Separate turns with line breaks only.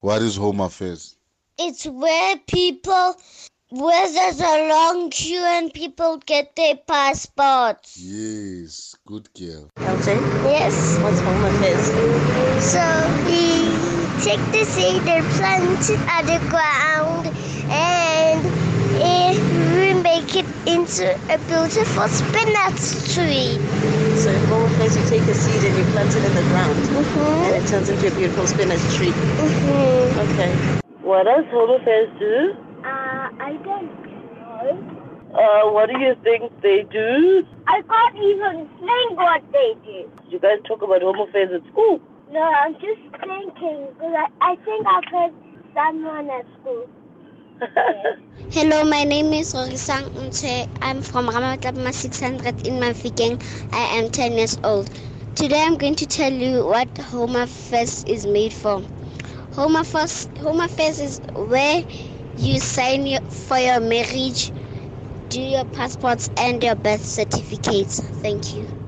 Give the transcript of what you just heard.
What is home affairs?
It's where people, where there's a long queue and people get their passports.
Yes, good girl.
LJ,
Yes.
what's home affairs?
So we check to see the plants at the ground and eh, we make it into a beautiful spinach tree.
So in home affairs, you take a seed and you plant it in the ground,
Mm-hmm.
and it turns into a beautiful spinach tree.
Mm-hmm.
Okay. What does home affairs do?
Uh, I don't know.
Uh, what do you think they do?
I can't even think what they do.
You guys talk about home affairs at school.
No, I'm just thinking. I, I think I've heard someone at school. Hello, my name is Rorisang Unche. I'm from Ramatlapma 600 in Mafikeng. I am 10 years old. Today I'm going to tell you what Home Affairs is made from. Home Affairs, home affairs is where you sign your, for your marriage, do your passports and your birth certificates. Thank you.